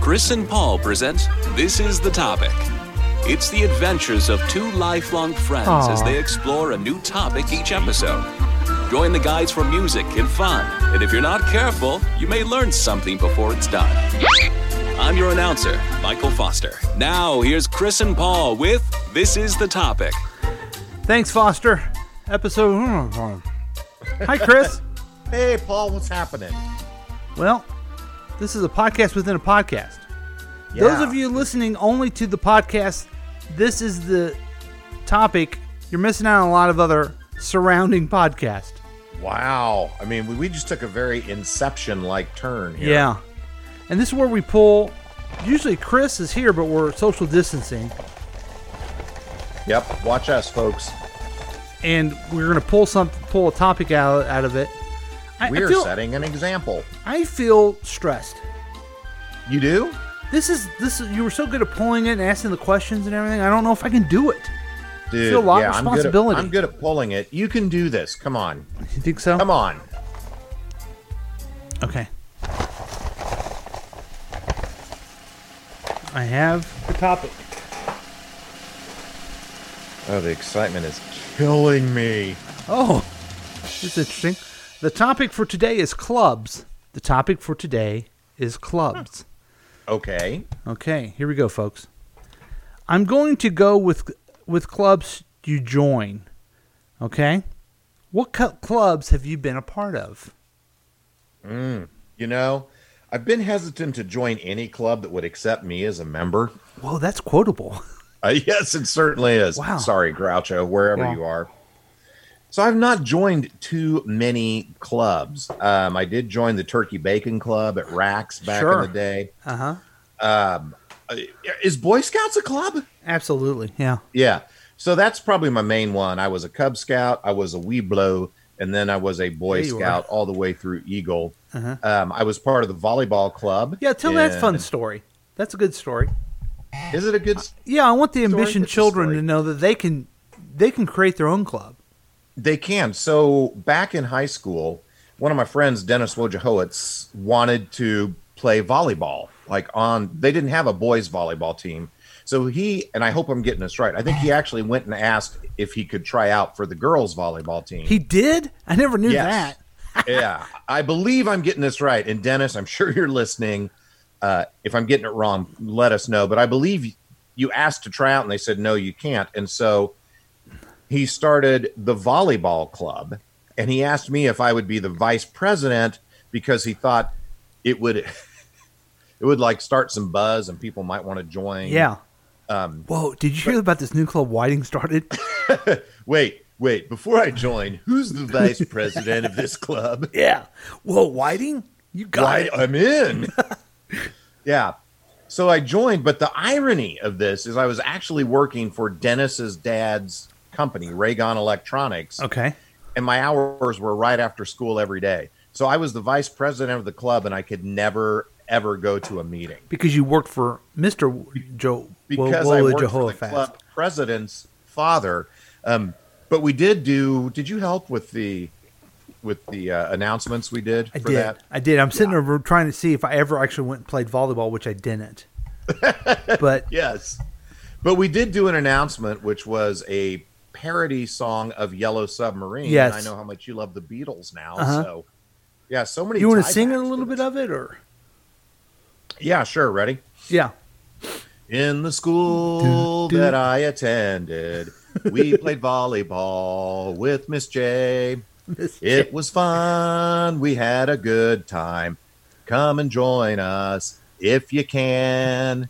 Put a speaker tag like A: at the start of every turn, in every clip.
A: Chris and Paul present This is the Topic. It's the adventures of two lifelong friends as
B: Aw.
A: they explore a new topic each episode. Join the guys for music and fun, and if you're not careful, you may learn something before it's done. I'm your announcer, Michael Foster. Now, here's Chris and Paul with This is the Topic.
B: Thanks, Foster. Episode. hmm, Hi, Chris.
C: Hey, Paul, what's happening?
B: well, this is a podcast within a podcast. Those of you listening only to the podcast, this is the topic. You're missing out on a lot of other surrounding podcasts.
C: Wow. I mean, we, we just took a very inception like turn here.
B: Yeah. And this is where we pull. Usually, Chris is here, but we're social distancing.
C: Yep. Watch us, folks.
B: And we're going to pull some, pull a topic out, out of it. I, I
C: We're
B: feel,
C: setting an example.
B: I feel stressed.
C: You do?
B: This is this. Is, you were so good at pulling it and asking the questions and everything. I don't know if I can do it.
C: Dude,
B: feel a lot of
C: yeah, I'm good at-
B: responsibility.
C: I'm good, at, pulling it. You can do this. Come on.
B: You think so?
C: Come on.
B: Okay. I have the topic.
C: Oh, the excitement is killing me.
B: Oh, this is interesting. The topic for today is clubs. The topic for today is clubs.
C: Okay.
B: Okay, here we go, folks. I'm going to go with with clubs you join. Okay, what cu- clubs have you been a part of?
C: You know, I've been hesitant to join any club that would accept me as a member.
B: Whoa, that's quotable.
C: Uh, yes, it certainly is.
B: Wow.
C: Sorry, Groucho, wherever
B: Yeah.
C: you are. So I've not joined too many clubs. Um, I did join the Turkey Bacon Club at Racks back
B: Sure.
C: in the day.
B: Uh huh.
C: Uh, Is Boy Scouts a club?
B: Absolutely. Yeah.
C: Yeah. So that's probably my main one. I was a Cub Scout, I was a Weeblo, and then I was a Boy
B: There you are.
C: Scout all the way through Eagle.
B: Uh-huh.
C: Um, I was part of the volleyball club.
B: Yeah, tell that
C: in-
B: fun story. That's a good story.
C: Is it a good? s-
B: Yeah, I want the
C: Story
B: ambition
C: that's a
B: children to
C: story.
B: know that they can they can create their own club.
C: They can. So back in high school, one of my friends, Dennis Wojciechowicz, wanted to play volleyball. Like on, they didn't have a boys volleyball team, so he and I hope I'm getting this right. I think he actually went and asked if he could try out for the girls volleyball team.
B: He did? I never knew
C: Yes.
B: that.
C: yeah, I believe I'm getting this right. And Dennis, I'm sure you're listening. Uh, if I'm getting it wrong, let us know. But I believe you asked to try out, and they said no, you can't. And so he started the volleyball club, and he asked me if I would be the vice president because he thought it would it would like start some buzz and um, people might want to join.
B: Yeah. Whoa, did you hear about this new club Whiting started?
C: Wait, wait. Before I join, who's the vice president of this club?
B: yeah. Whoa, Whiting? You got
C: Why
B: it.
C: I'm in. yeah. So I joined, but the irony of this is I was actually working for Dennis's dad's company, Raygon Electronics,
B: Okay.
C: and my hours were right after school every day. So I was the vice president of the club and I could never ever go to a meeting
B: Because you worked for Mr. Joe
C: because I worked for the club president's father. Um, but we did do did you help with the with the uh, announcements we did
B: I
C: for
B: did.
C: that?
B: I did. I'm sitting over trying to see if I ever actually went and played volleyball, which I didn't. but
C: Yes. But we did do an announcement, which was a parody song of Yellow Submarine.
B: Yes.
C: And I know how much you love the Beatles now.
B: Uh-huh.
C: So, yeah, so many.
B: you want to
C: tiebacks
B: sing a little
C: to
B: bit
C: this.
B: of it or
C: Yeah, sure. Ready?
B: Yeah.
C: In the school
B: Do, do.
C: that I attended, we played volleyball with Miss J. It was fun. We had a good time. Come and join us if you can.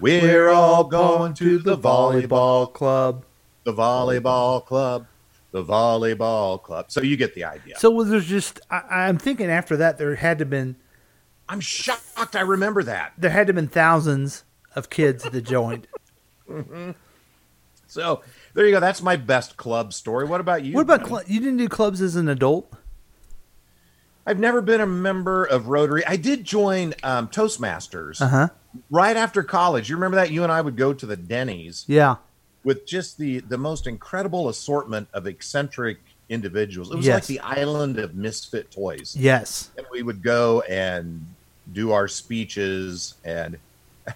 C: We're all going to the volleyball
B: club.
C: the volleyball club, the volleyball club. So you get the idea.
B: So was there just? I, I'm thinking after that there had to been
C: I'm shocked. I remember that.
B: there had to been thousands of kids that joined.
C: So there you go. That's my best club story. What about you?
B: what about
C: Ben?
B: cl- you? Didn't do clubs as an adult?
C: I've never been a member of Rotary. I did join um, Toastmasters
B: Uh huh.
C: right after college. You remember that? You and I would go to the Denny's
B: Yeah.
C: with just the the most incredible assortment of eccentric individuals. It was
B: Yes.
C: like the island of misfit toys.
B: Yes.
C: And we would go and do our speeches and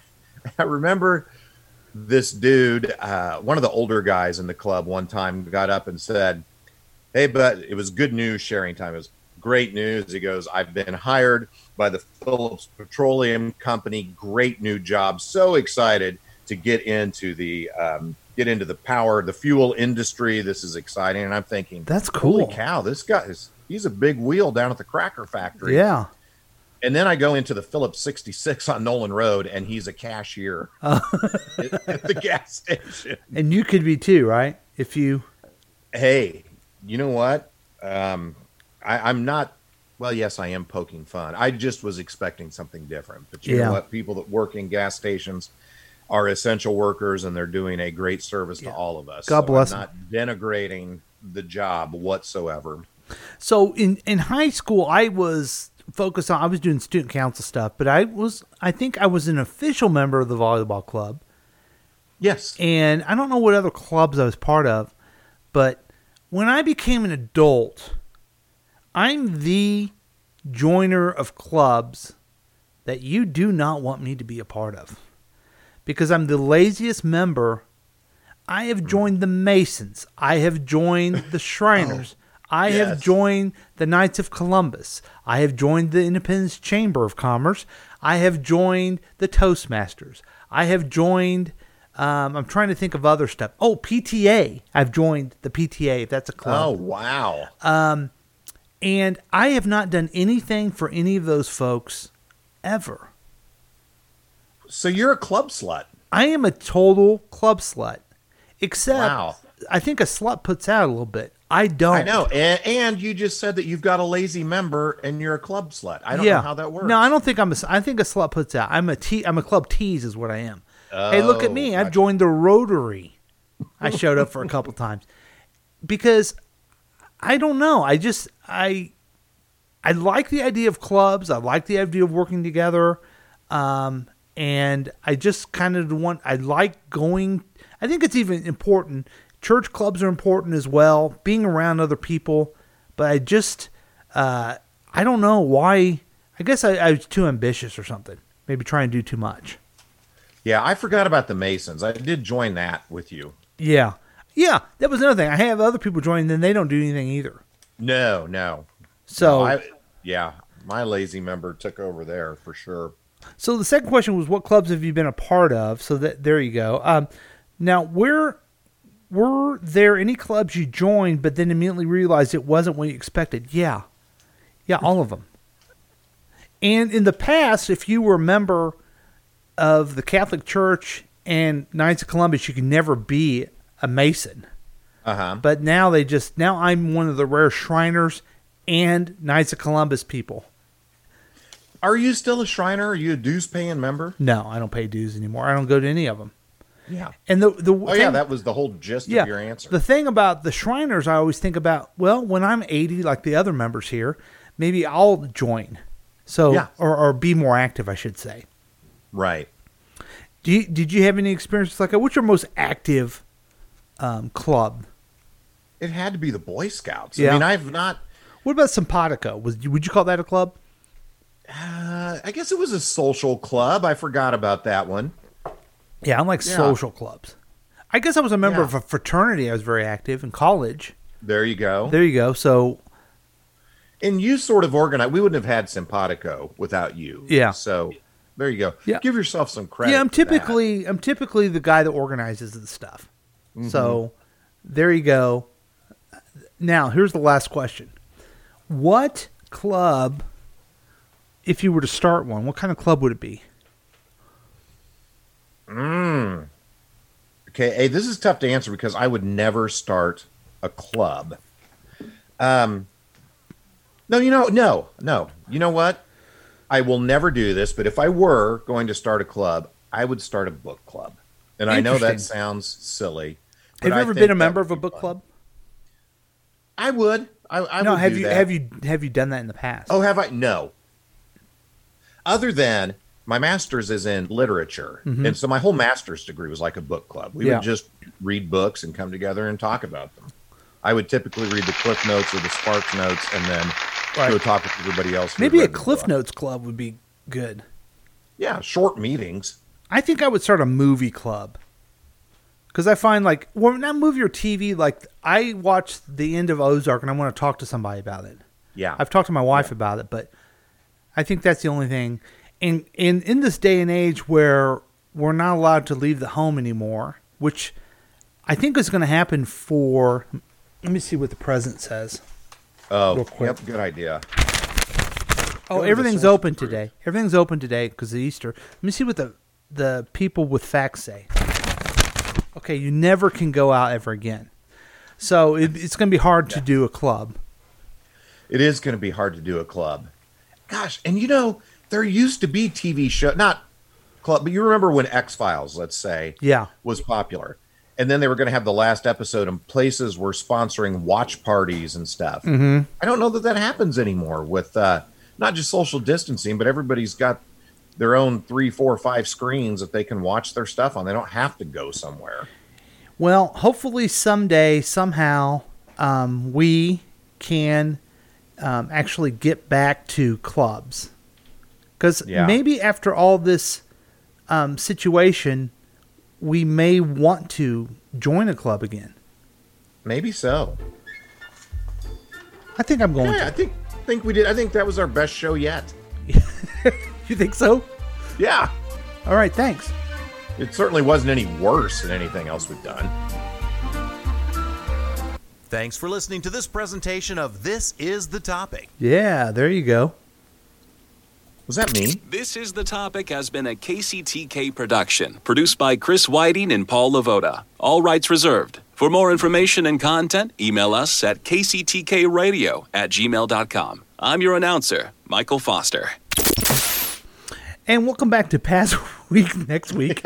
C: I remember this dude, uh, one of the older guys in the club, one time got up and said, "Hey, but it was good news sharing time. It was great news." He goes, "I've been hired by the Phillips Petroleum Company. Great new job. So excited to get into the um, get into the power, the fuel industry. This is exciting." And I'm thinking,
B: That's
C: "Holy
B: cool.
C: cow! This guy is." He's a big wheel down at the cracker factory.
B: Yeah.
C: And then I go into the Phillips 66 on Nolan Road, and he's a cashier
B: Oh.
C: at, at the gas station.
B: And you could be too, right? If you
C: Hey, you know what? Um, I, I'm not. Well, yes, I am poking fun. I just was expecting something different. But you
B: Yeah.
C: know what? People that work in gas stations are essential workers, and they're doing a great service to all of us.
B: God bless
C: I'm
B: 'em.
C: not denigrating the job whatsoever.
B: So in in high school, I was focused on I was doing student council stuff, but I was I think I was an official member of the volleyball club,
C: Yes.
B: and I don't know what other clubs I was part of, but when I became an adult, I'm the joiner of clubs that you do not want me to be a part of because I'm the laziest member. I
C: Mm.
B: have joined the Masons. I have joined the Shriners. I have
C: Oh, yes.
B: joined the Knights of Columbus. I have joined the Independence Chamber of Commerce. I have joined the Toastmasters. I have joined. Um, I'm trying to think of other stuff. Oh, PTA. I've joined the PTA. If that's a club.
C: Oh, wow.
B: And I have not done anything for any of those folks ever.
C: so you're a club slut.
B: I am a total club slut. Except
C: Wow.
B: I think a slut puts out a little bit. I don't.
C: I know, and, and you just said that you've got a lazy member and you're a club slut. I don't know how that works.
B: No, I don't think I'm a s- I think a slut puts out. I'm a te- I'm a club tease is what I am. hey, look at
C: Oh,
B: me. I've
C: gotcha.
B: joined the Rotary. I showed up for a couple times because I don't know. I just I I like the idea of clubs. I like the idea of working together. Um, and I just kind of want, I like going. I think it's even important. Church clubs are important as well, being around other people. But I just, uh, I don't know why. I guess I, I was too ambitious or something. Maybe try and do too much.
C: Yeah, I forgot about the Masons. I did join that with you.
B: Yeah. Yeah. That was another thing. I have other people join, then they don't do anything either.
C: No, no.
B: So,
C: I, yeah, my lazy member took over there for sure.
B: So the second question was, what clubs have you been a part of? So that there you go. Um, now, where were there any clubs you joined, but then immediately realized it wasn't what you expected? Yeah, yeah, all of them. And in the past, if you were a member of the Catholic Church and Knights of Columbus, you could never be a Mason.
C: Uh huh.
B: But now they just now I'm one of the rare Shriners and Knights of Columbus people.
C: Are you still a Shriner? Are you a dues paying member?
B: No, I don't pay dues anymore. I don't go to any of them.
C: Yeah.
B: And the the
C: Oh, yeah, that was the whole gist of your answer.
B: The thing about the Shriners, I always think about, well, when I'm 80, like the other members here, maybe I'll join. So,
C: Yeah.
B: or, or be more active, I should say.
C: right.
B: Do you, did you have any experiences like that? What's your most active um, club?
C: It had to be the Boy Scouts.
B: Yeah.
C: I mean, I've not.
B: What about Simpatico? Was would you call that a club?
C: Uh, I guess it was a social club. I forgot about that one.
B: Yeah, I'm like
C: Yeah.
B: social clubs. I guess I was a member
C: Yeah.
B: of a fraternity. I was very active in college.
C: There you go.
B: There you go. So
C: and you sort of organize. We wouldn't have had Simpatico without you.
B: Yeah.
C: So there you go.
B: Yeah.
C: Give yourself some credit.
B: yeah, I'm
C: for that.
B: typically I'm typically the guy that organizes the stuff. So
C: Mm-hmm.
B: there you go. Now here's the last question: What club, if you were to start one, what kind of club would it be?
C: okay. Hey, this is tough to answer because I would never start a club. Um. No, you know, no, no. You know what? I will never do this. But if I were going to start a club, I would start a book club. And I know that
B: Interesting.
C: sounds silly. but
B: Have you
C: I
B: ever
C: think
B: been a
C: that
B: member
C: would
B: of a
C: be
B: book
C: fun.
B: club?
C: I would. I, I
B: no.
C: would
B: Have
C: do
B: you
C: that.
B: have you have you done that in the past?
C: Oh, have I? No. Other than my master's is in literature, and so my whole master's degree was like a book club. We
B: Mm-hmm. Yeah.
C: would just read books and come together and talk about them. I would typically read the Cliff Notes or the Sparks Notes, and then go
B: Right.
C: talk with everybody else. who
B: Maybe a
C: read the
B: Cliff
C: book.
B: Notes Club would be good.
C: Yeah, short meetings.
B: I think I would start a movie club. Because I find like, well, not movie or TV. Like, I watched the end of Ozark and I want to talk to somebody about it.
C: Yeah,
B: I've talked to my wife about it, but I think that's the only thing. And in in this day and age where we're not allowed to leave the home anymore, which I think is going to happen for. Let me see what the president says.
C: oh,
B: real quick.
C: yep, good idea.
B: Oh,
C: to the
B: everything's
C: source
B: open today. Everything's open today because of Easter. Let me see what the the people with facts say. Okay, you never can go out ever again. So it, it's going to be hard to do a club.
C: It is going to be hard to do a club. Gosh, and you know there used to be TV show, not club, but you remember when X Files, let's say,
B: Yeah.
C: was popular, and then they were going to have the last episode, and places were sponsoring watch parties and stuff. I don't know that that happens anymore with uh, not just social distancing, but everybody's got their own three, four, five screens that they can watch their stuff on. They don't have to go somewhere.
B: Well, hopefully someday, somehow, um, we can um, actually get back to clubs. Because
C: Yeah.
B: maybe after all this um, situation, we may want to join a club again.
C: Maybe so.
B: I think I'm going
C: Yeah, I
B: to.
C: think think we did. I think that was our best show yet.
B: You think so?
C: Yeah.
B: All right, thanks.
C: It certainly wasn't any worse than anything else we've done.
D: Thanks for listening to this presentation of This Is the Topic.
B: Yeah, there you go.
C: Was that me?
A: This is the topic has been a KCTK production, produced by Chris Whiting and Paul Lavoda. All rights reserved. For more information and content, email us at kctkradio at gmail.com. I'm your announcer, Michael Foster.
B: And we'll come back to past week next week.